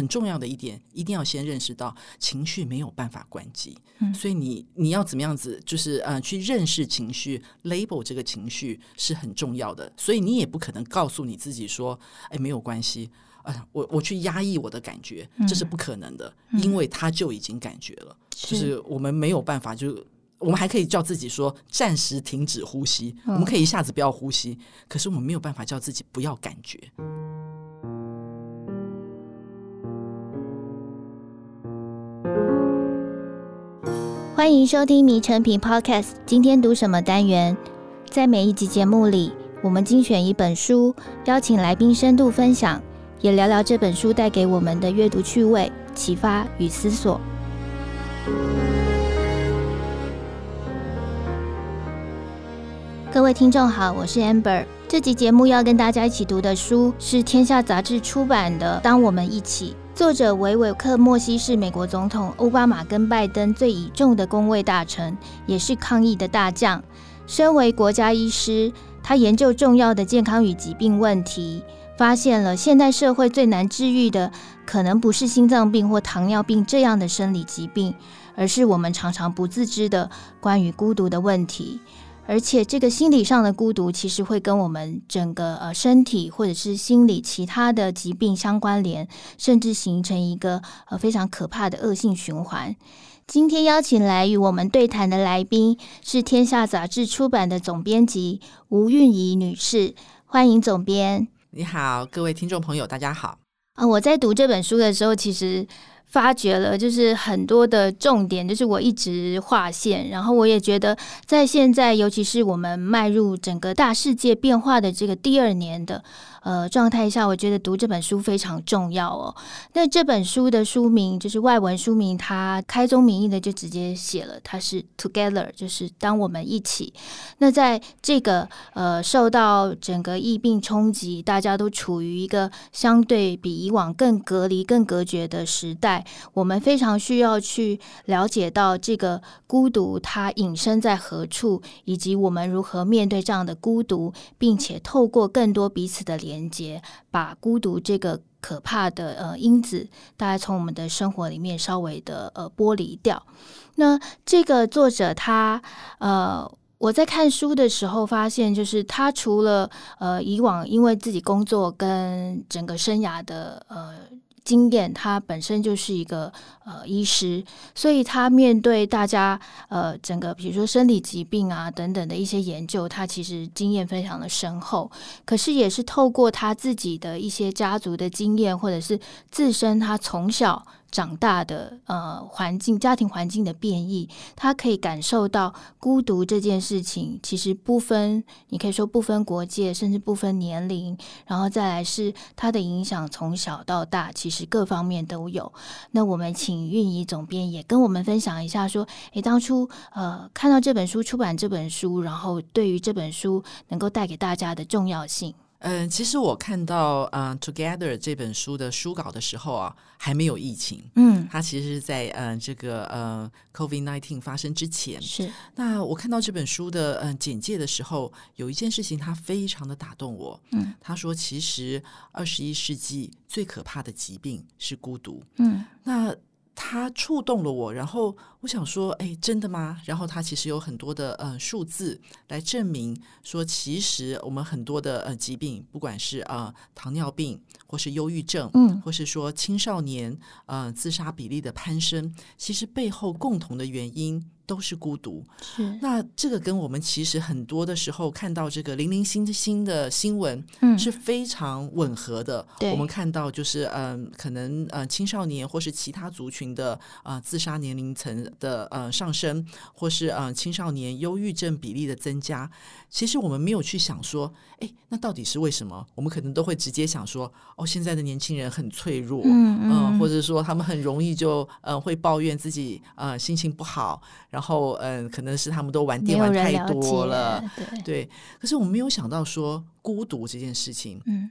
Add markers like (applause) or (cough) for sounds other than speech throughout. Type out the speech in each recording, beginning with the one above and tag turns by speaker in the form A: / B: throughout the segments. A: 很重要的一点，一定要先认识到情绪没有办法关机，嗯、所以你你要怎么样子，就是呃去认识情绪，label 这个情绪是很重要的。所以你也不可能告诉你自己说，哎，没有关系，呃，我我去压抑我的感觉，这是不可能的，因为他就已经感觉了，嗯就是我们没有办法就。我们还可以叫自己说暂时停止呼吸，我们可以一下子不要呼吸，可是我们没有办法叫自己不要感觉。
B: 欢迎收听《迷成品 Podcast》，今天读什么单元？在每一集节目里，我们精选一本书，邀请来宾深度分享，也聊聊这本书带给我们的阅读趣味、启发与思索。各位听众好，我是 Amber。这集节目要跟大家一起读的书是《天下》杂志出版的《当我们一起》，作者维维克·莫西是美国总统奥巴马跟拜登最倚重的公卫大臣，也是抗疫的大将。身为国家医师，他研究重要的健康与疾病问题，发现了现代社会最难治愈的，可能不是心脏病或糖尿病这样的生理疾病，而是我们常常不自知的关于孤独的问题。而且，这个心理上的孤独，其实会跟我们整个呃身体或者是心理其他的疾病相关联，甚至形成一个呃非常可怕的恶性循环。今天邀请来与我们对谈的来宾是《天下》杂志出版的总编辑吴韵仪女士，欢迎总编。
A: 你好，各位听众朋友，大家好。
B: 啊、我在读这本书的时候，其实发觉了，就是很多的重点，就是我一直划线，然后我也觉得，在现在，尤其是我们迈入整个大世界变化的这个第二年的呃状态下，我觉得读这本书非常重要哦。那这本书的书名就是外文书名，它开宗明义的就直接写了，它是 Together，就是当我们一起。那在这个呃受到整个疫病冲击，大家都处于一个相对比以往更隔离、更隔绝的时代，我们非常需要去了解到这个孤独它隐身在何处，以及我们如何面对这样的孤独，并且透过更多彼此的连接，把孤独这个。可怕的呃因子，大概从我们的生活里面稍微的呃剥离掉。那这个作者他呃我在看书的时候发现，就是他除了呃以往因为自己工作跟整个生涯的呃经验，他本身就是一个呃医师，所以他面对大家呃整个比如说生理疾病啊等等的一些研究，他其实经验非常的深厚。可是也是透过他自己的一些家族的经验，或者是自身他从小长大的呃环境、家庭环境的变异，他可以感受到孤独这件事情，其实不分，你可以说不分国界，甚至不分年龄，然后再来是它的影响从小到大，其实各方面都有。那我们请运仪总编也跟我们分享一下，说，诶，当初呃看到这本书出版这本书，然后对于这本书能够带给大家的重要性。
A: 嗯、其实我看到呃《Together》这本书的书稿的时候啊，还没有疫情，
B: 嗯，
A: 它其实是在呃这个呃 COVID nineteen 发生之前。
B: 是，
A: 那我看到这本书的嗯、呃简介的时候，有一件事情它非常的打动我。
B: 嗯，
A: 他说其实二十一世纪最可怕的疾病是孤独。
B: 嗯
A: 那它触动了我，然后我想说，哎，真的吗？然后它其实有很多的呃数字来证明说，其实我们很多的呃疾病，不管是呃糖尿病，或是忧郁症，
B: 嗯
A: 或是说青少年呃自杀比例的攀升，其实背后共同的原因都是孤独。
B: 嗯是，
A: 那这个跟我们其实很多的时候看到这个零零星星的新闻，
B: 嗯
A: 是非常吻合的。
B: 对
A: 我们看到就是嗯、可能呃青少年或是其他族群的呃自杀年龄层的呃上升，或是呃青少年忧郁症比例的增加，其实我们没有去想说，哎，那到底是为什么？我们可能都会直接想说，哦，现在的年轻人很脆弱，
B: 嗯
A: 嗯，或
B: 者
A: 者说他们很容易就呃会抱怨自己呃心情不好，然后嗯、可能是他们都玩
B: 没
A: 电
B: 有
A: 玩
B: 人
A: 太
B: 了
A: 多
B: 解
A: 了，，
B: 对，
A: 对。可是我们没有想到说孤独这件事情，
B: 嗯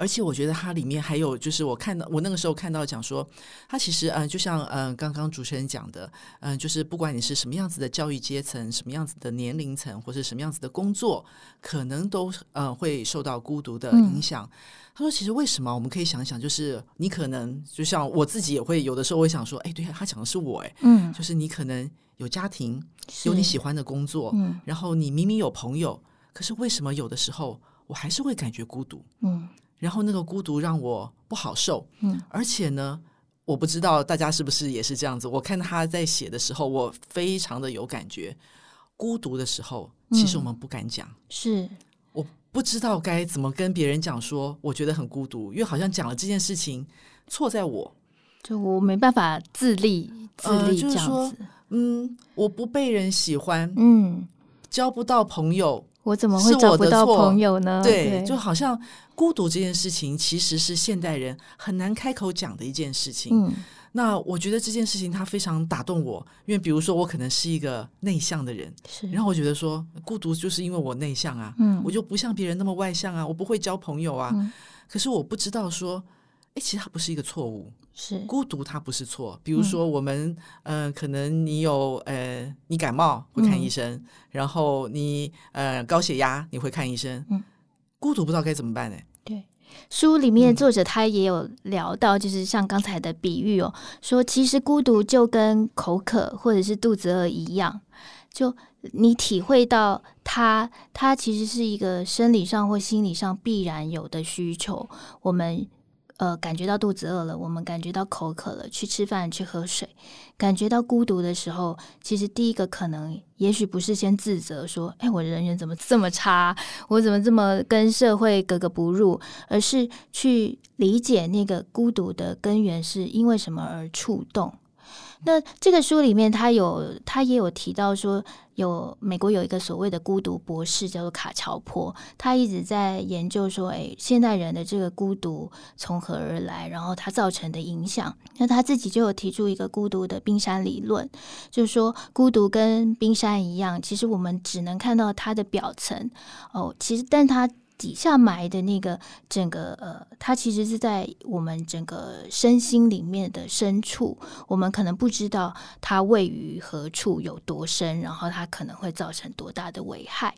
A: 而且我觉得它里面还有，就是我看到我那个时候看到讲说，它其实嗯、呃，就像嗯、呃、刚刚主持人讲的，嗯、呃，就是不管你是什么样子的教育阶层、什么样子的年龄层，或是什么样子的工作，可能都呃会受到孤独的影响。他、嗯、说，其实为什么我们可以想想，就是你可能就像我自己也会有的时候会想说，哎，对、啊、他讲的是我、欸，哎，嗯，就是你可能有家庭，有你喜欢的工作，嗯，然后你明明有朋友，可是为什么有的时候我还是会感觉孤独？嗯。然后那个孤独让我不好受，嗯，而且呢，我不知道大家是不是也是这样子。我看他在写的时候，我非常的有感觉。孤独的时候，其实我们不敢讲，嗯、
B: 是
A: 我不知道该怎么跟别人讲说，说我觉得很孤独，因为好像讲了这件事情错在我，。
B: 就我没办法自立自立这样子、呃就是
A: 嗯，我不被人喜欢，嗯，交不到朋友。
B: 我怎么会找不到朋友
A: 嗯
B: 呢？
A: 对，对就好像孤独这件事情，其实是现代人很难开口讲的一件事情。嗯，那我觉得这件事情它非常打动我，因为比如说我可能是一个内向的人，然后我觉得说孤独就是因为我内向啊，嗯，我就不像别人那么外向啊，我不会交朋友啊。嗯、可是我不知道说，哎，其实它不是一个错误。
B: 是
A: 孤独，它不是错。比如说，我们、嗯、呃，可能你有呃，你感冒会看医生，嗯、然后你呃高血压你会看医生。嗯，孤独不知道该怎么办呢、欸？
B: 对，书里面作者他也有聊到，就是像刚才的比喻哦，说其实孤独就跟口渴或者是肚子饿一样，就你体会到它，它其实是一个生理上或心理上必然有的需求。我们。呃，感觉到肚子饿了，我们感觉到口渴了，去吃饭，去喝水。感觉到孤独的时候，其实第一个可能，也许不是先自责说，哎，我人缘怎么这么差，我怎么这么跟社会格格不入，而是去理解那个孤独的根源是因为什么而触动。那这个书里面，他有他也有提到说，有美国有一个所谓的孤独博士，叫做卡乔坡，他一直在研究说，哎，现代人的这个孤独从何而来，然后它造成的影响。那他自己就有提出一个孤独的冰山理论，就是说孤独跟冰山一样，其实我们只能看到它的表层哦，其实但它。底下埋的那个整个呃，它其实是在我们整个身心里面的深处，我们可能不知道它位于何处有多深，然后它可能会造成多大的危害。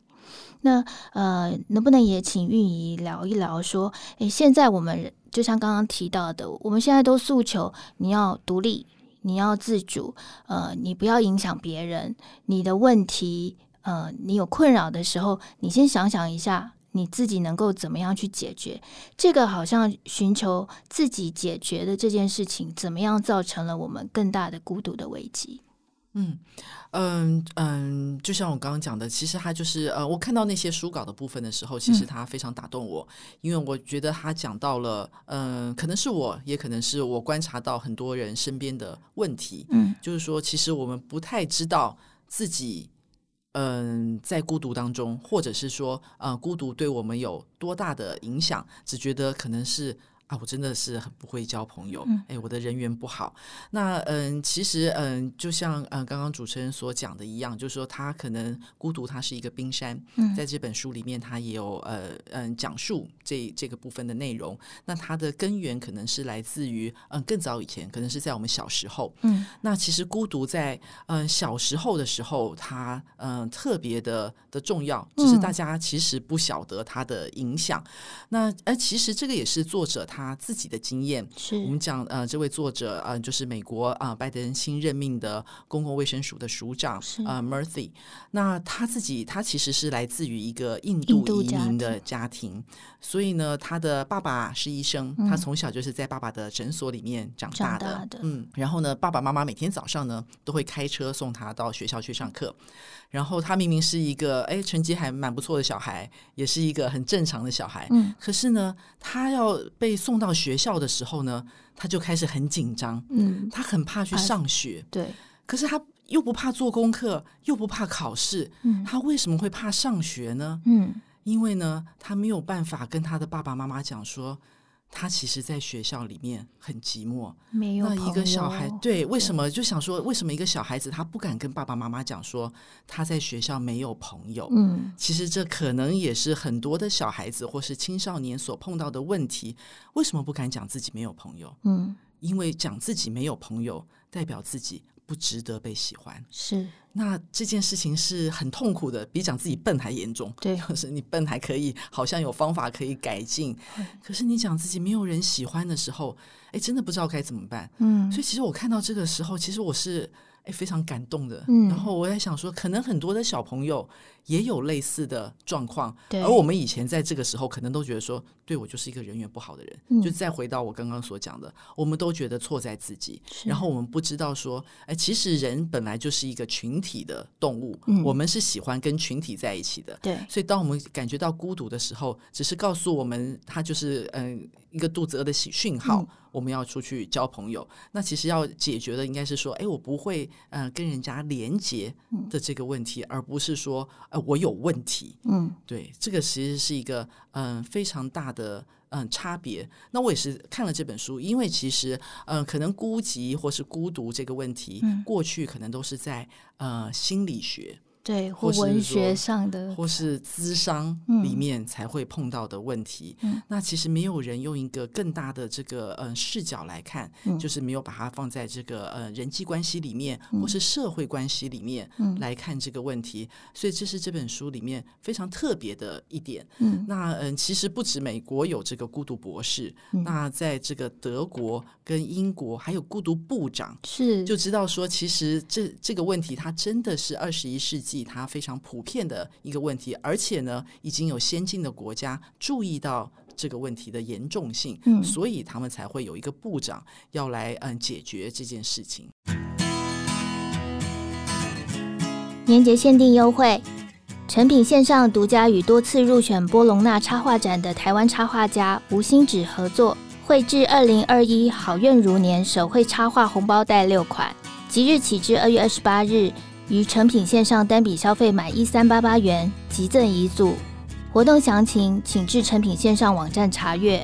B: 那呃，能不能也请运仪聊一聊说，诶，现在我们就像刚刚提到的，我们现在都诉求你要独立，你要自主，呃，你不要影响别人，你的问题，呃，你有困扰的时候，你先想想一下。你自己能够怎么样去解决？这个好像寻求自己解决的这件事情，怎么样造成了我们更大的孤独的危机？
A: 嗯嗯嗯，就像我刚刚讲的，其实他就是呃，我看到那些书稿的部分的时候，其实他非常打动我，嗯、因为我觉得他讲到了，嗯、呃，可能是我，也可能是我观察到很多人身边的问题，嗯，就是说，其实我们不太知道自己。嗯，在孤独当中，或者是说，呃，孤独对我们有多大的影响？只觉得可能是啊，我真的是很不会交朋友，哎、嗯，我的人缘不好。那嗯，其实嗯，就像嗯刚刚主持人所讲的一样，就是说，他可能孤独，它是一个冰山。嗯，在这本书里面，它也有呃嗯讲述这这个部分的内容。那它的根源可能是来自于嗯更早以前，可能是在我们小时候。嗯，那其实孤独在嗯、呃、小时候的时候，它嗯。呃嗯，特别的的重要，只是大家其实不晓得它的影响。嗯、那哎，其实这个也是作者他自己的经验。
B: 是
A: 我们讲呃，这位作者啊、呃，就是美国啊、呃、拜登新任命的公共卫生署的署长啊、呃、，Murthy。那他自己他其实是来自于一个印度移民的家庭，家庭所以呢，他的爸爸是医生，嗯、他从小就是在爸爸的诊所里面长大的。
B: 大的
A: 嗯，然后呢，爸爸妈妈每天早上呢都会开车送他到学校去上课，然后。然后他明明是一个哎成绩还蛮不错的小孩，也是一个很正常的小孩，嗯，可是呢，他要被送到学校的时候呢，他就开始很紧张，嗯，他很怕去上学，
B: 对，
A: 可是他又不怕做功课，又不怕考试，嗯，他为什么会怕上学呢？嗯，因为呢，他没有办法跟他的爸爸妈妈讲说，他其实在学校里面很寂寞。
B: 没有
A: 那一个小
B: 朋
A: 孩
B: 友
A: 对，为什么就想说，为什么一个小孩子他不敢跟爸爸妈妈讲说他在学校没有朋友？
B: 嗯
A: 其实这可能也是很多的小孩子或是青少年所碰到的问题。为什么不敢讲自己没有朋友？
B: 嗯
A: 因为讲自己没有朋友，代表自己不值得被喜欢。
B: 是
A: 那这件事情是很痛苦的，比讲自己笨还严重。 (laughs)
B: 对
A: 可是你笨还可以，好像有方法可以改进
B: 嗯。
A: 可是你讲自己没有人喜欢的时候，哎，真的不知道该怎么办。
B: 嗯
A: 所以其实我看到这个时候，其实我是哎非常感动的。
B: 嗯
A: 然后我在想说，可能很多的小朋友也有类似的状况，
B: 对
A: 而我们以前在这个时候可能都觉得说，对我就是一个人缘不好的人。
B: 嗯
A: 就再回到我刚刚所讲的，我们都觉得错在自己，
B: 是
A: 然后我们不知道说，哎，其实人本来就是一个群体的动物，
B: 嗯
A: 我们是喜欢跟群体在一起的。
B: 对
A: 所以，当我们感觉到孤独的时候，只是告诉我们，它就是嗯、一个肚子饿的喜讯号，
B: 嗯
A: 我们要出去交朋友。那其实要解决的应该是说，哎，我不会嗯、呃跟人家连接的这个问题，而不是说，呃，我有问题。
B: 嗯
A: 对，这个其实是一个嗯、呃非常大的嗯、呃差别。那我也是看了这本书，因为其实嗯、呃可能孤寂或是孤独这个问题，
B: 嗯
A: 过去可能都是在呃心理学
B: 对或
A: 或是
B: 文
A: 说
B: 学上的
A: 或是咨商
B: 嗯
A: 里面才会碰到的问题。
B: 嗯
A: 那其实没有人用一个更大的这个呃视角来看，
B: 嗯
A: 就是没有把它放在这个呃人际关系里面或是社会关系里面
B: 嗯
A: 来看这个问题。所以这是这本书里面非常特别的一点。
B: 嗯
A: 那嗯，其实不止美国有这个孤独博士，
B: 嗯
A: 那在这个德国跟英国还有孤独部长。
B: 是
A: 就知道说，其实这这个问题它真的是二十一世纪它非常普遍的一个问题，而且呢，已经有先进的国家注意到这个问题的严重性，
B: 嗯
A: 所以他们才会有一个部长要来嗯解决这件事情。
B: 年节限定优惠，成品线上独家与多次入选波隆纳插画展的台湾插画家吴兴芷合作，绘制二零二一好运如年手绘插画红包袋六款，即日起至二月二十八日，于成品线上单笔消费满一三八八元即赠一组。活动详情请至成品线上网站查阅。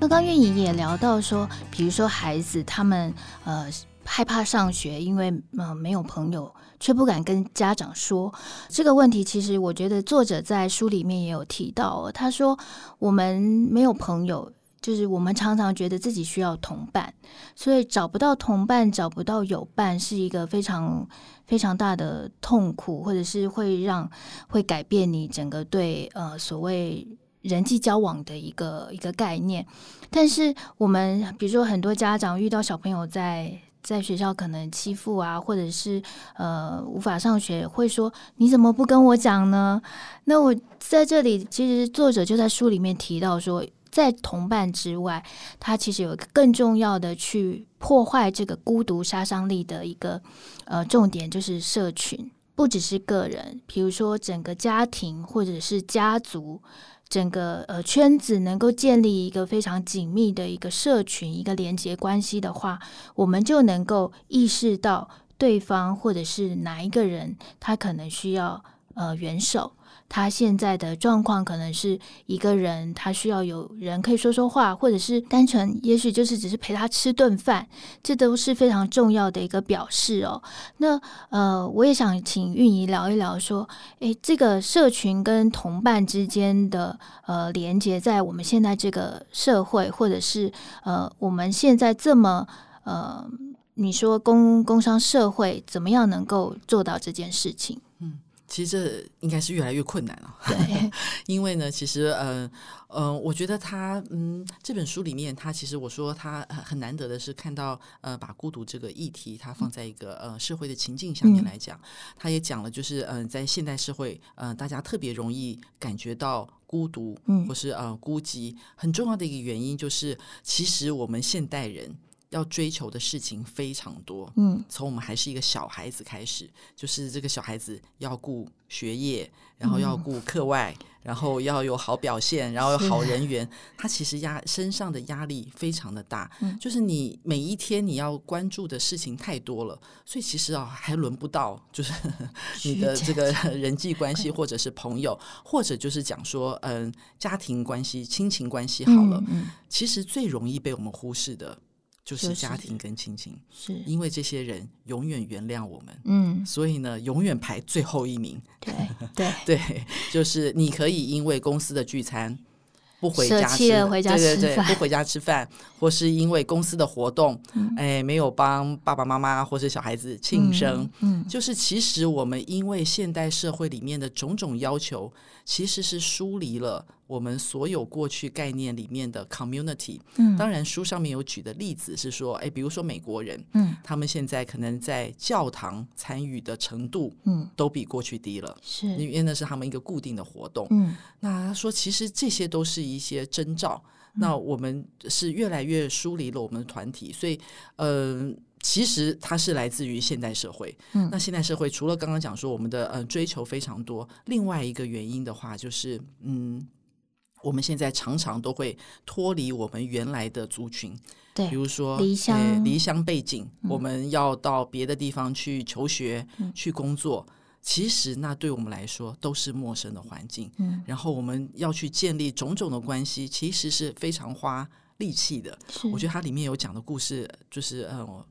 B: 刚刚运营也聊到说，比如说孩子他们呃害怕上学，因为呃没有朋友，却不敢跟家长说这个问题。其实我觉得作者在书里面也有提到哦，他说我们没有朋友，就是我们常常觉得自己需要同伴，所以找不到同伴，找不到友伴，是一个非常非常大的痛苦，或者是会让会改变你整个对呃所谓。人际交往的一个一个概念，但是我们比如说很多家长遇到小朋友在在学校可能欺负啊，或者是呃无法上学，会说你怎么不跟我讲呢？那我在这里，其实作者就在书里面提到说，在同伴之外，他其实有一个更重要的去破坏这个孤独杀伤力的一个呃重点，就是社群。不只是个人，比如说整个家庭或者是家族，整个呃圈子能够建立一个非常紧密的一个社群、一个连接关系的话，我们就能够意识到对方或者是哪一个人，他可能需要呃援手。他现在的状况可能是一个人，他需要有人可以说说话，或者是单纯，也许就是只是陪他吃顿饭，这都是非常重要的一个表示哦。那呃，我也想请运怡聊一聊，说，诶，这个社群跟同伴之间的呃连接，在我们现在这个社会，或者是呃我们现在这么呃，你说工工商社会，怎么样能够做到这件事
A: (laughs)
B: 情？
A: 其实这应该是越来越困难了，
B: 对，
A: 因为呢，其实呃呃，我觉得他嗯，这本书里面他其实我说他呃很难得的是看到呃，把孤独这个议题，它放在一个呃社会的情境下面
B: 嗯
A: 来讲，他也讲了，就是呃，在现代社会，呃，大家特别容易感觉到。孤独
B: 嗯，
A: 或是呃孤寂，很重要的一个原因就是，其实我们现代人要追求的事情非常多。
B: 嗯
A: 从我们还是一个小孩子开始，就是这个小孩子要顾学业，然后
B: 嗯
A: 要顾课外，然后要有好表现，然后有
B: 啊
A: 好人缘。他其实压身上的压力非常的大，
B: 嗯
A: 就是你每一天你要关注的事情太多了，所以其实啊还轮不到就是 (laughs) 你的这个 (laughs) 人际关
B: 嗯
A: 系，或者是朋友，或者就是讲说嗯家庭关系、亲情关系好了，
B: 嗯嗯
A: 其实最容易被我们忽视的就是
B: 就是
A: 家庭跟亲情。
B: 是，
A: 因为这些人永远原谅我们，
B: 嗯，
A: 所以呢，永远排最后一名。 (laughs)
B: 对对，
A: 对，就是你可以因为公司的聚餐不回
B: 舍
A: 家
B: 弃
A: 吃，
B: 了回家
A: 对
B: 吃
A: 对对，
B: 饭
A: 不回家吃饭，或是因为公司的活动，
B: 嗯
A: 哎，没有帮爸爸妈妈或是小孩子庆生。
B: 嗯，嗯，
A: 就是其实我们因为现代社会里面的种种要求，其实是疏离了我们所有过去概念里面的 community。
B: 嗯
A: 当然，书上面有举的例子是说，哎，比如说美国人，
B: 嗯
A: 他们现在可能在教堂参与的程度
B: 嗯
A: 都比过去低了，
B: 是，
A: 因为那是他们一个固定的活动。
B: 嗯
A: 那他说，其实这些都是一些征兆。那
B: 嗯
A: 我们是越来越疏离了我们的团体，所以，呃，其实它是来自于现代社会。
B: 嗯
A: 那现代社会除了刚刚讲说我们的呃追求非常多，另外一个原因的话，就是嗯，我们现在常常都会脱离我们原来的族群，
B: 对
A: 比如说
B: 离乡嗯
A: 呃离乡背景，我们要到别的地方去求学、去工作。其实，那对我们来说都是陌生的环境，
B: 嗯
A: 然后我们要去建立种种的关系，其实是非常花力气的。
B: 是，
A: 我觉得它里面有讲的故事，就是嗯，我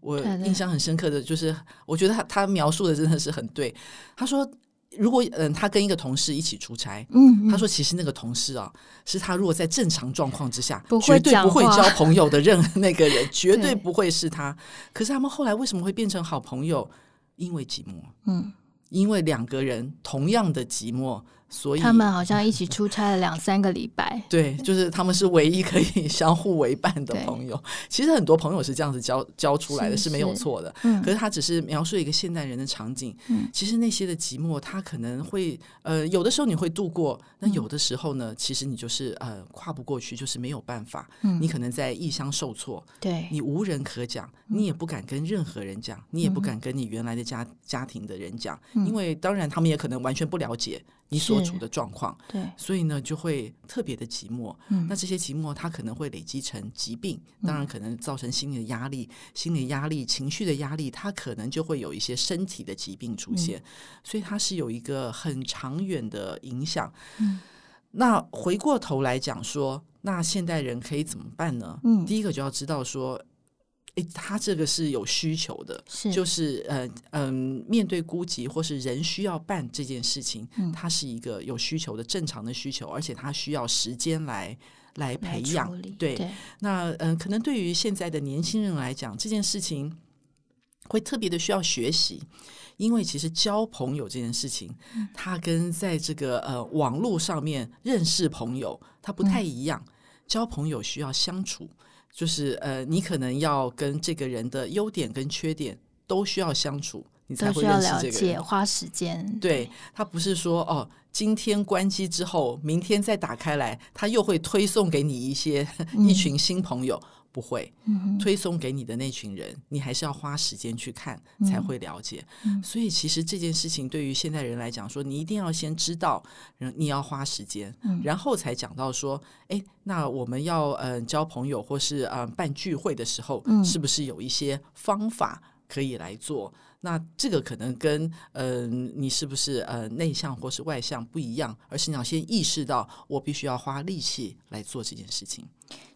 A: 我
B: 对对
A: 印象很深刻的就是，我觉得他他描述的真的是很对。他说，如果嗯，他跟一个同事一起出差。
B: 嗯，嗯
A: 他说：“其实那个同事啊，是他如果在正常状况之下，
B: 不
A: 绝
B: 会
A: 对不会
B: 讲
A: 交
B: (laughs) 话
A: 朋友的任何那个人，绝对
B: 对
A: 不会是他。可是他们后来为什么会变成好朋友？因为寂寞，
B: 嗯，
A: 因为两个人同样的寂寞，所以
B: 他们好像一起出差了两三个礼拜，
A: 对，就是他们是唯一可以 (laughs) 相互为伴的
B: 对
A: 朋友。其实很多朋友是这样子交交出来的，
B: 是
A: 是没有
B: 是
A: 错的。(laughs)
B: 嗯
A: 可是他只是描述一个现代人的场景。
B: 嗯
A: 其实那些的寂寞，他可能会呃，有的时候你会度过，那
B: 嗯
A: 有的时候呢，其实你就是呃跨不过去，就是没有办法。
B: 嗯
A: 你可能在异乡受挫，
B: 对，嗯
A: 你无人可讲，你也不敢跟任何人讲，你也不敢跟你原来的家家庭的人讲，
B: 嗯
A: 因为当然他们也可能完全不了解你所
B: 是
A: 处的状况。
B: 对，
A: 所以呢，就会特别的寂寞。
B: 嗯
A: 那这些寂寞，它可能会累积成疾病，当然可能造成心理的压力、心理压力、情绪的压力，它可能就会有一些身体的疾病出现。所以它是有一个很长远的影响。
B: 嗯
A: 那回过头来讲说，那现代人可以怎么办呢？
B: 嗯
A: 第一个就要知道说，诶，他这个是有需求的，
B: 是，
A: 就是呃嗯、面对孤寂或是人需要办这件事情，
B: 嗯
A: 它是一个有需求的正常的需求，而且它需要时间来来
B: 来
A: 培
B: 处
A: 养
B: 理。
A: 对，
B: 对，
A: 那嗯、呃可能对于现在的年轻人来讲，这件事情会特别的需要学习。因为其实交朋友这件事情，
B: 嗯
A: 它跟在这个呃网络上面认识朋友，它不
B: 嗯
A: 太一样。交朋友需要相处，就是呃，你可能要跟这个人的优点跟缺点都需要相处，你才
B: 都
A: 会
B: 需要
A: 认识
B: 了
A: 这个人
B: 解，。花时间，
A: 对，它不是说哦，今天关机之后，明天再打开来，它又会推送给你一些 (laughs) 一群新朋友，不会
B: 嗯哼，
A: 推送给你的那群人，你还是要花时间去看才会了解。
B: 嗯
A: 所以其实这件事情对于现代人来讲说，你一定要先知道，然你要花时间，
B: 嗯
A: 然后才讲到说，哎，那我们要嗯、呃交朋友或是嗯、呃办聚会的时候，
B: 嗯
A: 是不是有一些方法可以来做？那这个可能跟呃你是不是呃内向或是外向不一样，而是你要先意识到，我必须要花力气来做这件事情。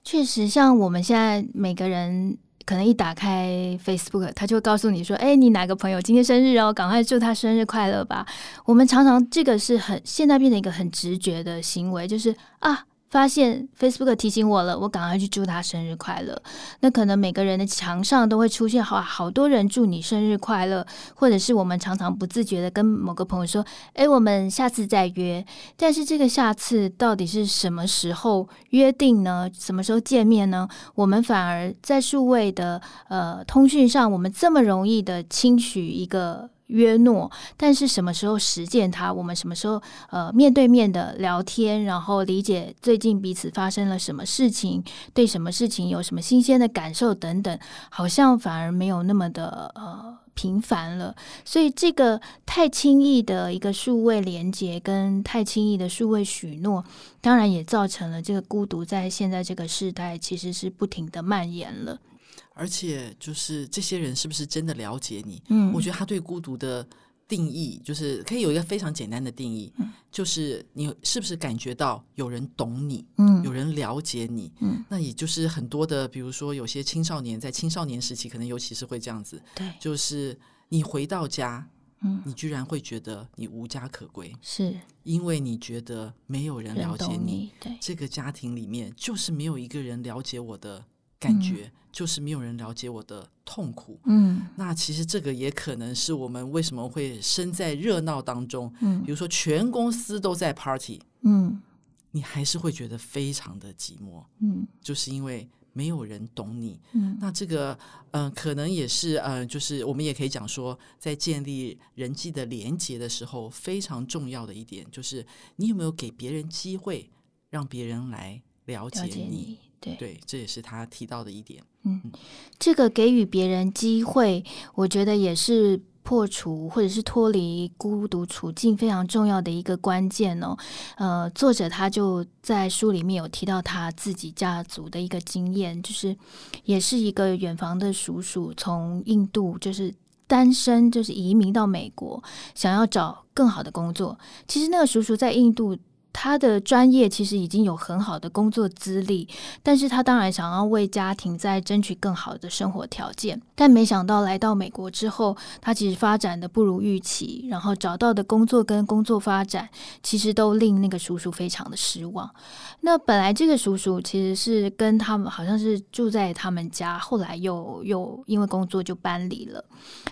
B: 确实，像我们现在每个人。可能一打开 Facebook，他就会告诉你说：“哎、你哪个朋友今天生日哦，赶快祝他生日快乐吧。”我们常常这个是很现在变成一个很直觉的行为，就是啊，发现 Facebook 提醒我了，我赶快去祝他生日快乐。那可能每个人的墙上都会出现好好多人祝你生日快乐，或者是我们常常不自觉的跟某个朋友说：“哎，我们下次再约。”但是这个下次到底是什么时候约定呢？什么时候见面呢？我们反而在数位的呃通讯上，我们这么容易的轻取一个约诺，但是什么时候实践它，我们什么时候呃面对面的聊天，然后理解最近彼此发生了什么事情，对什么事情有什么新鲜的感受等等，好像反而没有那么的呃频繁了。所以这个太轻易的一个数位连接跟太轻易的数位许诺，当然也造成了这个孤独在现在这个时代其实是不停的蔓延了。
A: 而且就是这些人是不是真的了解你？
B: 嗯
A: 我觉得他对孤独的定义，就是可以有一个非常简单的定义，
B: 嗯
A: 就是你是不是感觉到有人懂你，
B: 嗯
A: 有人了解你？
B: 嗯，
A: 那也就是很多的，比如说有些青少年在青少年时期，可能尤其是会这样子，
B: 对，
A: 就是你回到家，
B: 嗯
A: 你居然会觉得你无家可归，
B: 是
A: 因为你觉得没有人
B: 人
A: 了解
B: 懂
A: 你。
B: 你，对，
A: 这个家庭里面就是没有一个人了解我的感觉，就是没有人了解我的痛苦。
B: 嗯
A: 那其实这个也可能是我们为什么会身在热闹当中，
B: 嗯
A: 比如说全公司都在 party，
B: 嗯
A: 你还是会觉得非常的寂寞，
B: 嗯
A: 就是因为没有人懂你。
B: 嗯
A: 那这个嗯、呃可能也是呃，就是我们也可以讲说，在建立人际的连结的时候，非常重要的一点就是你有没有给别人机会，让别人来了解
B: 了
A: 你。
B: 解你，对。
A: 对，这也是他提到的一点。
B: 这个给予别人机会，我觉得也是破除或者是脱离孤独处境非常重要的一个关键哦。呃，作者他就在书里面有提到他自己家族的一个经验，就是也是一个远房的叔叔从印度就是。单身就是移民到美国，想要找更好的工作。其实那个叔叔在印度，他的专业其实已经有很好的工作资历，但是他当然想要为家庭再争取更好的生活条件，但没想到来到美国之后，他其实发展的不如预期，然后找到的工作跟工作发展，其实都令那个叔叔非常的失望。那本来这个叔叔其实是跟他们好像是住在他们家，后来又又因为工作就搬离了。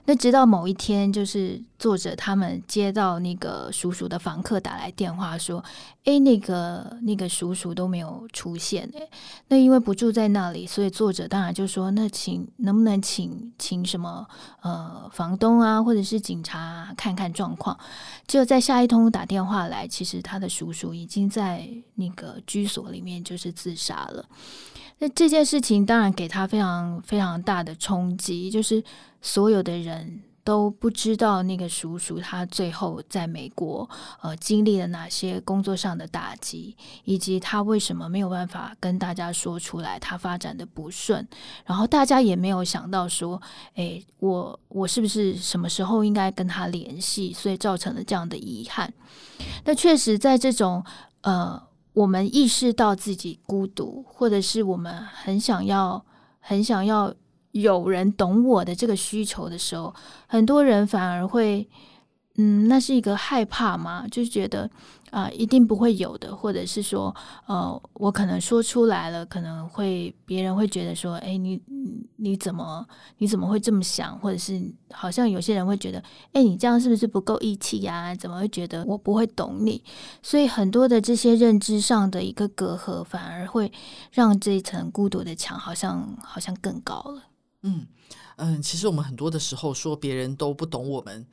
B: 那直到某一天，就是作者他们接到那个叔叔的房客打来电话说：“诶，那个那个叔叔都没有出现、哎诶。那因为不住在那里，所以作者当然就说，那请能不能请请什么呃房东啊，或者是警察、啊、看看状况。结果在下一通打电话来，其实他的叔叔已经在那个居所里面就是自杀了。那这件事情当然给他非常非常大的冲击，就是所有的人都不知道那个叔叔他最后在美国呃经历了哪些工作上的打击，以及他为什么没有办法跟大家说出来他发展的不顺，然后大家也没有想到说，诶，我我是不是什么时候应该跟他联系，所以造成了这样的遗憾。那确实在这种呃，我们意识到自己孤独，或者是我们很想要很想要有人懂我的这个需求的时候，很多人反而会，嗯，那是一个害怕嘛，就觉得啊、一定不会有的，或者是说，呃，我可能说出来了，可能会别人会觉得说，哎，你你你怎么你怎么会这么想，或者是好像有些人会觉得，哎，你这样是不是不够义气呀、怎么会觉得我不会懂你？所以很多的这些认知上的一个隔阂，反而会让这一层孤独的墙好像好像更高了。
A: 嗯嗯，其实我们很多的时候说别人都不懂我们，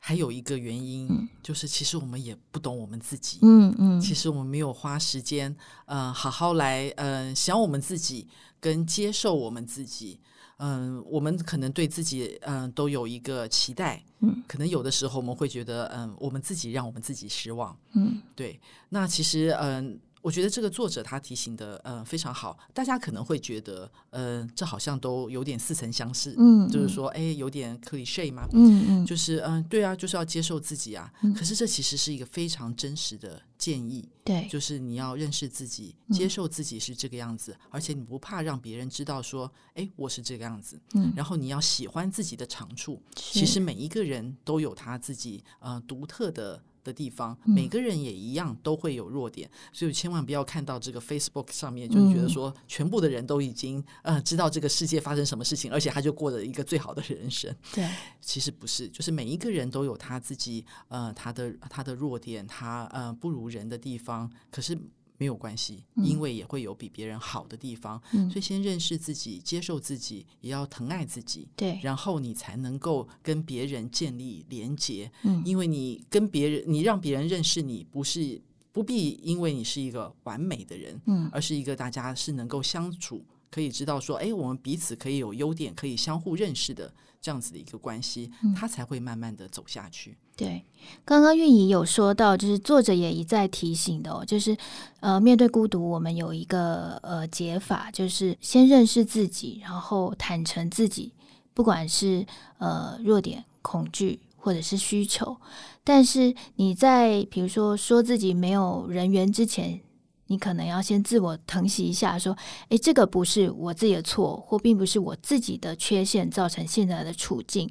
A: 还有一个原因、
B: 嗯
A: 就是其实我们也不懂我们自己。
B: 嗯嗯
A: 其实我们没有花时间，呃，好好来，呃，想我们自己跟接受我们自己。嗯、我们可能对自己，嗯、都有一个期待。
B: 嗯，
A: 可能有的时候我们会觉得，嗯、我们自己让我们自己失望。
B: 嗯
A: 对，那其实嗯、我觉得这个作者他提醒的嗯、呃非常好，大家可能会觉得嗯、呃这好像都有点似曾相识，
B: 嗯，
A: 就是说哎有点 cliche 嘛，
B: 嗯，嗯嗯，
A: 就是嗯、对啊，就是要接受自己啊。可是这其实是一个非常真实的建议，
B: 对，
A: 就是你要认识自己，接受自己是这个样子，而且你不怕让别人知道说哎我是这个样子，
B: 嗯
A: 然后你要喜欢自己的长处，
B: 其
A: 其实每一个人都有他自己呃独特的的地方，每个人也一样都会有弱点，所以千万不要看到这个 Facebook 上面就是觉得
B: 嗯
A: 说全部的人都已经呃知道这个世界发生什么事情，而且他就过着一个最好的人生。
B: 对，
A: 其实不是，就是每一个人都有他自己呃他的他的弱点，他呃不如人的地方，可是。没有关系，
B: 嗯
A: 因为也会有比别人好的地方。
B: 嗯
A: 所以先认识自己，接受自己，也要疼爱自己，
B: 对，
A: 然后你才能够跟别人建立连结。
B: 嗯
A: 因为你跟别人，你让别人认识你，不是不必因为你是一个完美的人，
B: 嗯
A: 而是一个大家是能够相处，可以知道说，哎，我们彼此可以有优点，可以相互认识的这样子的一个关系，
B: 嗯
A: 它才会慢慢的走下去。
B: 对，刚刚运怡有说到，就是作者也一再提醒的哦，就是呃，面对孤独，我们有一个呃解法，就是先认识自己，然后坦诚自己，不管是呃弱点、恐惧或者是需求，但是你在比如说说自己没有人缘之前。你可能要先自我疼惜一下，说：“诶，这个不是我自己的错，或并不是我自己的缺陷造成现在的处境。”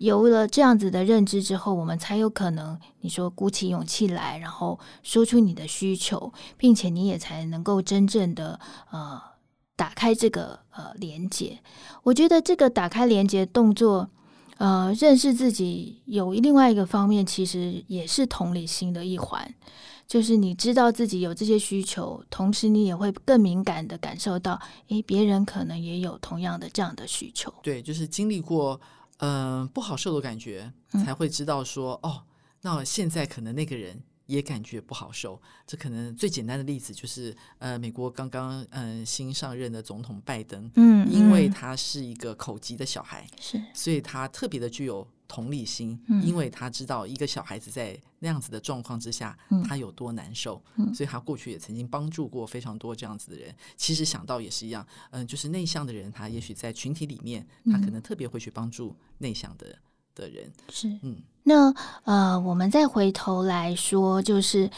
B: 有了这样子的认知之后，我们才有可能你说鼓起勇气来，然后说出你的需求，并且你也才能够真正的呃打开这个呃连接。我觉得这个打开连接动作，呃，认识自己有另外一个方面，其实也是同理心的一环。就是你知道自己有这些需求，同时你也会更敏感的感受到，诶，别人可能也有同样的这样的需求。
A: 对，就是经历过嗯、呃不好受的感觉，
B: 嗯
A: 才会知道说，哦，那现在可能那个人。也感觉不好受，这可能最简单的例子就是，呃，美国刚刚嗯、呃新上任的总统拜登，
B: 嗯
A: 因为
B: 嗯
A: 他是一个口疾的小孩，
B: 是
A: 所以他特别的具有同理心，
B: 嗯
A: 因为他知道一个小孩子在那样子的状况之下，
B: 嗯
A: 他有多难受，
B: 嗯
A: 所以他过去也曾经帮助过非常多这样子的人。其实想到也是一样，嗯、就是内向的人，他也许在群体里面，他可
B: 嗯
A: 能特别会去帮助内向的的人，
B: 是，
A: 嗯。
B: 那呃，我们再回头来说，就是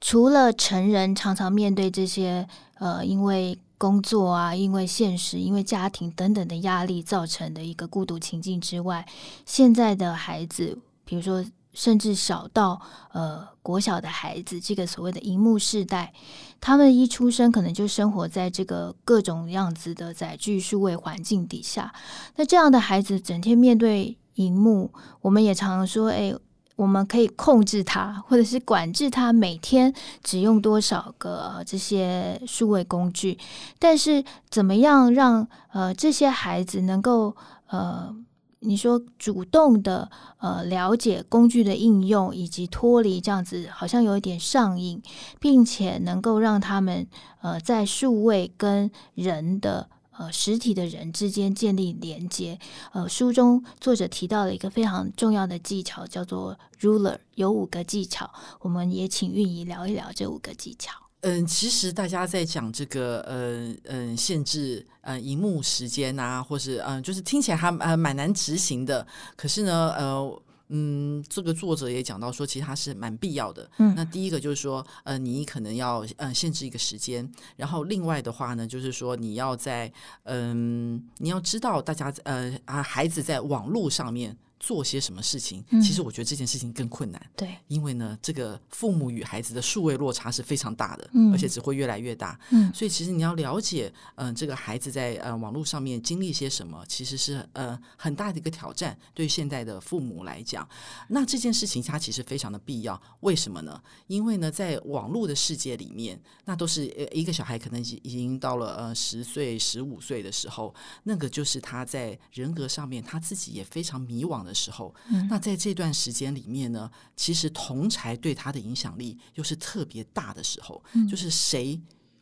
B: 除了成人常常面对这些呃，因为工作啊，因为现实、因为家庭等等的压力造成的一个孤独情境之外，现在的孩子，比如说甚至小到呃国小的孩子，这个所谓的荧幕世代，他们一出生可能就生活在这个各种样子的载具数位环境底下。那这样的孩子整天面对荧幕，我们也常常说，哎、我们可以控制他，或者是管制他每天只用多少个呃这些数位工具。但是，怎么样让呃这些孩子能够呃，你说主动的呃了解工具的应用，以及脱离这样子好像有一点上瘾，并且能够让他们呃在数位跟人的。呃，实体的人之间建立连接，呃，书中作者提到了一个非常重要的技巧，叫做 ruler，有五个技巧，我们也请运怡聊一聊这五个技巧。
A: 嗯，其实大家在讲这个，呃，嗯，限制，呃，荧幕时间啊，或是，嗯、就是听起来还呃蛮难执行的。可是呢，呃，嗯，这个作者也讲到说，其实它是蛮必要的。
B: 嗯
A: 那第一个就是说，呃，你可能要，呃，限制一个时间。然后另外的话呢，就是说你要在，嗯、你要知道大家，呃，啊，孩子在网络上面做些什么事情。
B: 嗯
A: 其实我觉得这件事情更困难。
B: 对，
A: 因为呢，这个父母与孩子的数位落差是非常大的，
B: 嗯
A: 而且只会越来越大。
B: 嗯
A: 所以其实你要了解，嗯、这个孩子在呃网络上面经历些什么，其实是呃很大的一个挑战，对于现代的父母来讲。那这件事情它其实非常的必要，为什么呢？因为呢，在网络的世界里面，那都是呃一个小孩可能已已经到了呃十岁、十五岁的时候，那个就是他在人格上面他自己也非常迷惘的时候。
B: 嗯
A: 那在这段时间里面呢，其实同才对他的影响力又是特别大的时候，就是谁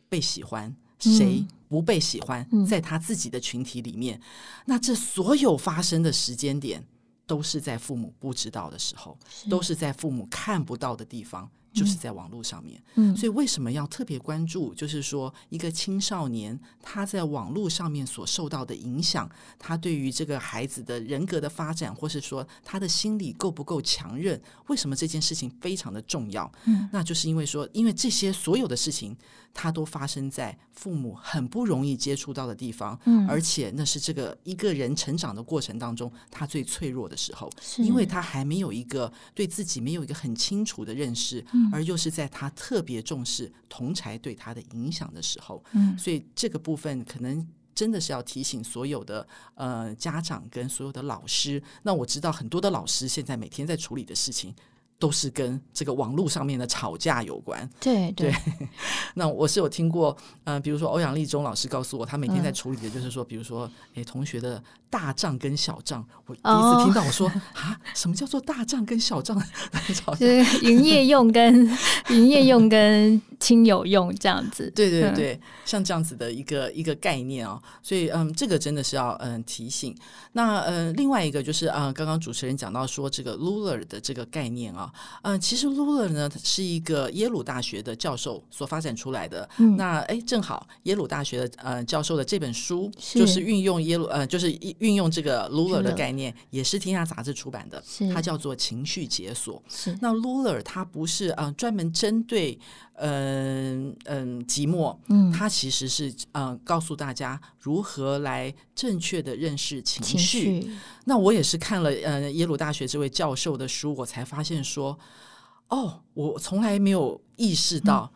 A: 被喜欢，谁
B: 嗯
A: 不被喜欢，
B: 嗯
A: 在他自己的群体里面，那这所有发生的时间点。都是在父母不知道的时候，都是在父母看不到的地方，就是在网络上面。
B: 嗯
A: 所以为什么要特别关注？就是说，一个青少年他在网络上面所受到的影响，他对于这个孩子的人格的发展，或是说他的心理够不够强韧，为什么这件事情非常的重要？
B: 嗯，
A: 那就是因为说，因为这些所有的事情，它都发生在父母很不容易接触到的地方，
B: 嗯
A: 而且那是这个一个人成长的过程当中，他最脆弱的时候。
B: 是
A: 因为他还没有一个对自己没有一个很清楚的认识，而又是在他特别重视同才对他的影响的时候，
B: 嗯
A: 所以这个部分可能。真的是要提醒所有的呃家长跟所有的老师。那我知道很多的老师现在每天在处理的事情都是跟这个网络上面的吵架有关。
B: 对
A: 对，那我是有听过，嗯、比如说欧阳立中老师告诉我，他每天在
B: 嗯
A: 处理的就是说，比如说，诶，同学的大账跟小账，我第一
B: 哦
A: 次听到我说啊，什么叫做大账跟小 (laughs) 账在吵架？
B: 就是营业用
A: (laughs)
B: 跟营业用跟亲友用这样子。
A: 对对
B: 嗯
A: 对，像这样子的一个一个概念哦，所以嗯，这个真的是要嗯提醒。那嗯，另外一个就是嗯，刚刚主持人讲到说这个 Luler 的这个概念啊、嗯，其实 Luler 呢它是一个耶鲁大学的教授所发展出来的。
B: 嗯
A: 那哎，正好耶鲁大学的呃教授的这本书
B: 是
A: 就是运用耶鲁呃，就是一运用这个 Luler 的
B: Luler
A: 概念，也是天下杂志出版的
B: 是，
A: 它叫做情绪解锁。
B: 是
A: 那 Luler 它不是啊、呃专门针对嗯嗯、寂寞，
B: 嗯
A: 它其实是嗯、呃告诉大家如何来正确的认识情绪。
B: 情绪，
A: 那我也是看了呃耶鲁大学这位教授的书，我才发现说，哦，我从来没有意识到，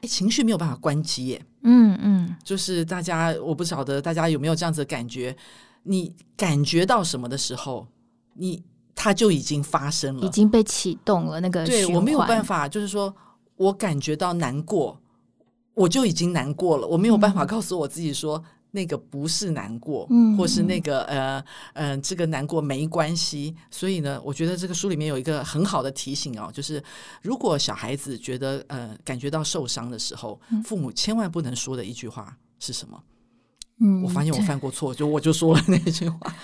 A: 哎、情绪没有办法关机耶。
B: 嗯嗯，
A: 就是大家，我不晓得大家有没有这样子的感觉，你感觉到什么的时候，你它就已经发生了，
B: 已经被启动了那个
A: 对
B: 循
A: 我没有
B: 环
A: 办，法，就是说我感觉到难过，我就已经难过了，我没有办法告诉我自己说。那个不是难过，
B: 嗯
A: 或是那个呃嗯、呃，这个难过没关系。所以呢，我觉得这个书里面有一个很好的提醒哦，就是如果小孩子觉得呃感觉到受伤的时候，父母千万不能说的一句话是什么？
B: 嗯，
A: 我发现我
B: 对
A: 犯过错，就我就说了那句话，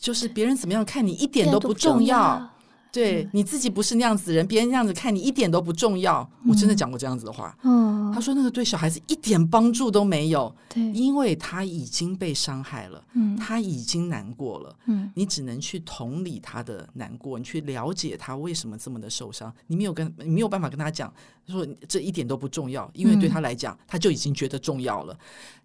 A: 就是别人怎么样看你一
B: 这
A: 点
B: 样
A: 都
B: 都
A: 不
B: 重嗯
A: 重要，对你自己不是那样子的人，别人那样子看你一点都不重要。我真的讲过这样子的话。
B: 嗯
A: 他，说那个对小孩子一点帮助都没有，
B: 对，
A: 因为他已经被伤害了，
B: 嗯
A: 他已经难过了。
B: 嗯，
A: 你只能去同理他的难过，你去了解他为什么这么的受伤。你没有跟你没有办法跟他讲说这一点都不重要，因为
B: 嗯
A: 对他来讲，他就已经觉得重要了。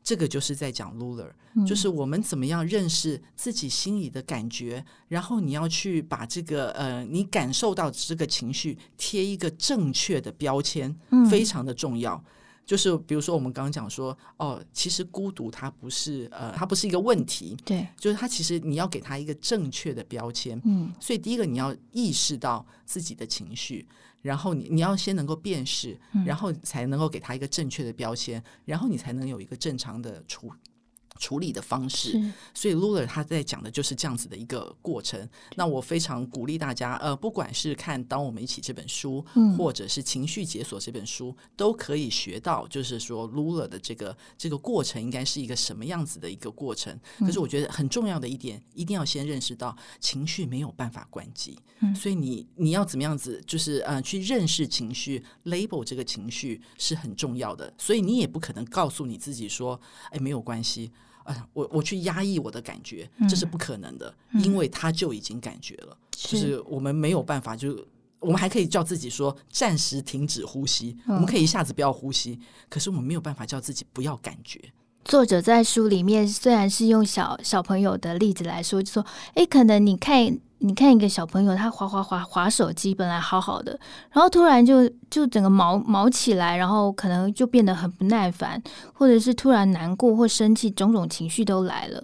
A: 这个就是在讲 Luler，就是
B: 嗯
A: 我们怎么样认识自己心里的感觉，然后你要去把这个呃你感受到这个情绪贴一个正确的标签，
B: 嗯
A: 非常的重要。就是比如说，我们刚刚讲说，哦，其实孤独它不是呃，它不是一个问题，
B: 对，
A: 就是它其实你要给它一个正确的标签。
B: 嗯
A: 所以第一个你要意识到自己的情绪，然后你你要先能够辨识，然后才能够给它一个正确的标签，然后你才能有一个正常的处处理的方式。
B: 是，
A: 所以 Luler 他在讲的就是这样子的一个过程。那我非常鼓励大家，呃，不管是看《当我们一起》这本书，
B: 嗯
A: 或者是《情绪解锁》这本书，都可以学到，就是说 Luler 的这个这个过程应该是一个什么样子的一个过程。
B: 嗯
A: 可是我觉得很重要的一点，一定要先认识到情绪没有办法关机，
B: 嗯
A: 所以你你要怎么样子，就是呃，去认识情绪，label 这个情绪是很重要的。所以你也不可能告诉你自己说，哎，没有关系。啊，我我去压抑我的感觉，
B: 嗯
A: 这是不可能的，因为他就已经感觉了，就是我们没有办法就。我们还可以叫自己说暂时停止呼吸，我们可以一下子不要呼吸，可是我们没有办法叫自己不要感觉。
B: 作者在书里面虽然是用小小朋友的例子来说，就说，诶，可能你看你看一个小朋友，他滑滑滑滑手机，本来好好的，然后突然就就整个毛毛起来，然后可能就变得很不耐烦，或者是突然难过或生气，种种情绪都来了。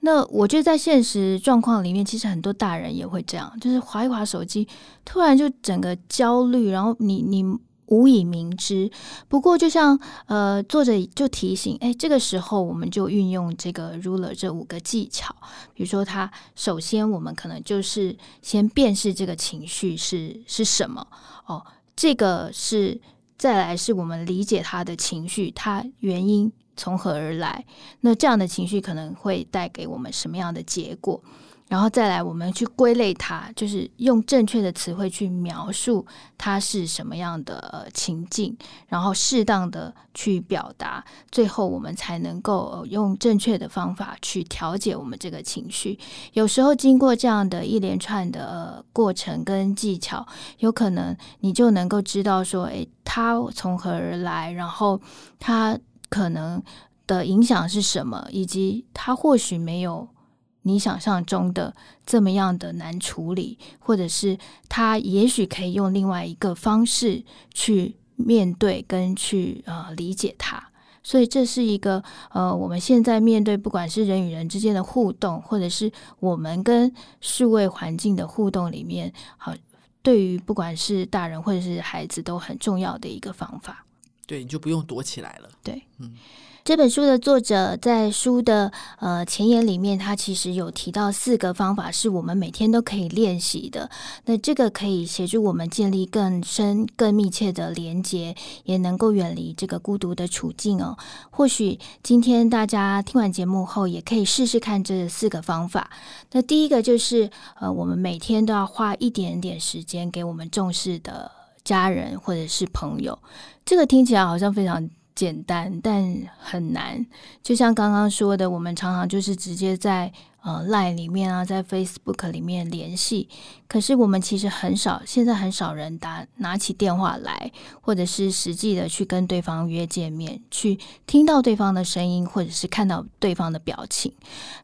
B: 那我觉得在现实状况里面，其实很多大人也会这样，就是划一划手机，突然就整个焦虑，然后你你无以明知。不过就像呃，作者就提醒，哎，这个时候我们就运用这个 ruler 这五个技巧，比如说它首先我们可能就是先辨识这个情绪是是什么哦，这个是再来是我们理解他的情绪，它原因从何而来，那这样的情绪可能会带给我们什么样的结果。然后再来，我们去归类它，就是用正确的词汇去描述它是什么样的呃情境，然后适当的去表达，最后我们才能够、呃用正确的方法去调节我们这个情绪。有时候经过这样的一连串的、呃过程跟技巧，有可能你就能够知道说，诶，它从何而来，然后它可能的影响是什么，以及它或许没有。你想象中的这么样的难处理，或者是它也许可以用另外一个方式去面对跟去呃理解它。所以这是一个呃，我们现在面对不管是人与人之间的互动，或者是我们跟数位环境的互动里面，好、对于不管是大人或者是孩子都很重要的一个方法。
A: 对，你就不用躲起来了。
B: 对，
A: 嗯，
B: 这本书的作者在书的呃前言里面，他其实有提到四个方法是我们每天都可以练习的。那这个可以协助我们建立更深、更密切的连接，也能够远离这个孤独的处境哦。或许今天大家听完节目后，也可以试试看这四个方法。那第一个就是呃，我们每天都要花一点点时间给我们重视的家人或者是朋友。这个听起来好像非常简单，但很难。就像刚刚说的，我们常常就是直接在呃 Line 里面啊，在 Facebook 里面联系，可是我们其实很少，现在很少人打拿起电话来，或者是实际的去跟对方约见面，去听到对方的声音，或者是看到对方的表情。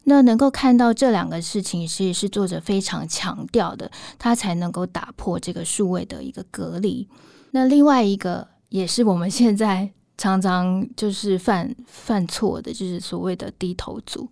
B: 那能够看到这两个事情，其实是作者非常强调的，他才能够打破这个数位的一个隔离。那另外一个也是我们现在常常就是犯犯错的，就是所谓的低头族。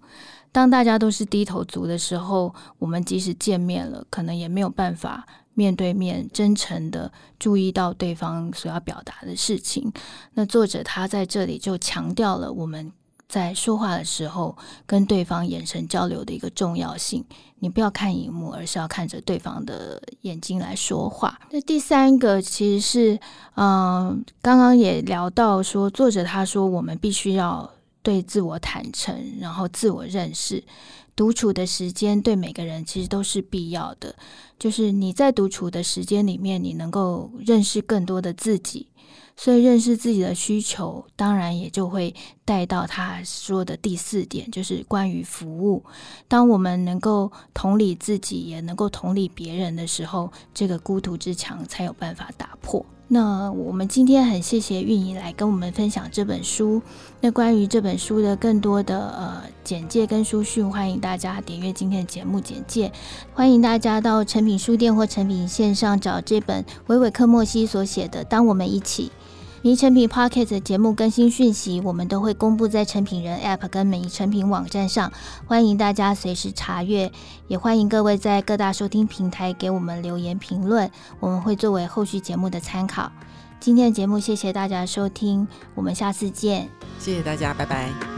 B: 当大家都是低头族的时候，我们即使见面了，可能也没有办法面对面真诚的注意到对方所要表达的事情。那作者他在这里就强调了我们。在说话的时候，跟对方眼神交流的一个重要性，你不要看荧幕，而是要看着对方的眼睛来说话。那第三个其实是，嗯、刚刚也聊到说，作者他说我们必须要对自我坦诚，然后自我认识。独处的时间对每个人其实都是必要的，就是你在独处的时间里面，你能够认识更多的自己，所以认识自己的需求，当然也就会带到他说的第四点，就是关于服务。当我们能够同理自己，也能够同理别人的时候，这个孤独之墙才有办法打破。那我们今天很谢谢运营来跟我们分享这本书。那关于这本书的更多的呃简介跟书讯，欢迎大家点阅今天的节目简介。欢迎大家到诚品书店或诚品线上找这本维维克莫西所写的《当我们一起》。迷成品 Pocket 的节目更新讯息，我们都会公布在成品人 App 跟迷成品网站上，欢迎大家随时查阅。也欢迎各位在各大收听平台给我们留言评论，我们会作为后续节目的参考。今天的节目谢谢大家收听，我们下次见。
A: 谢谢大家，拜拜。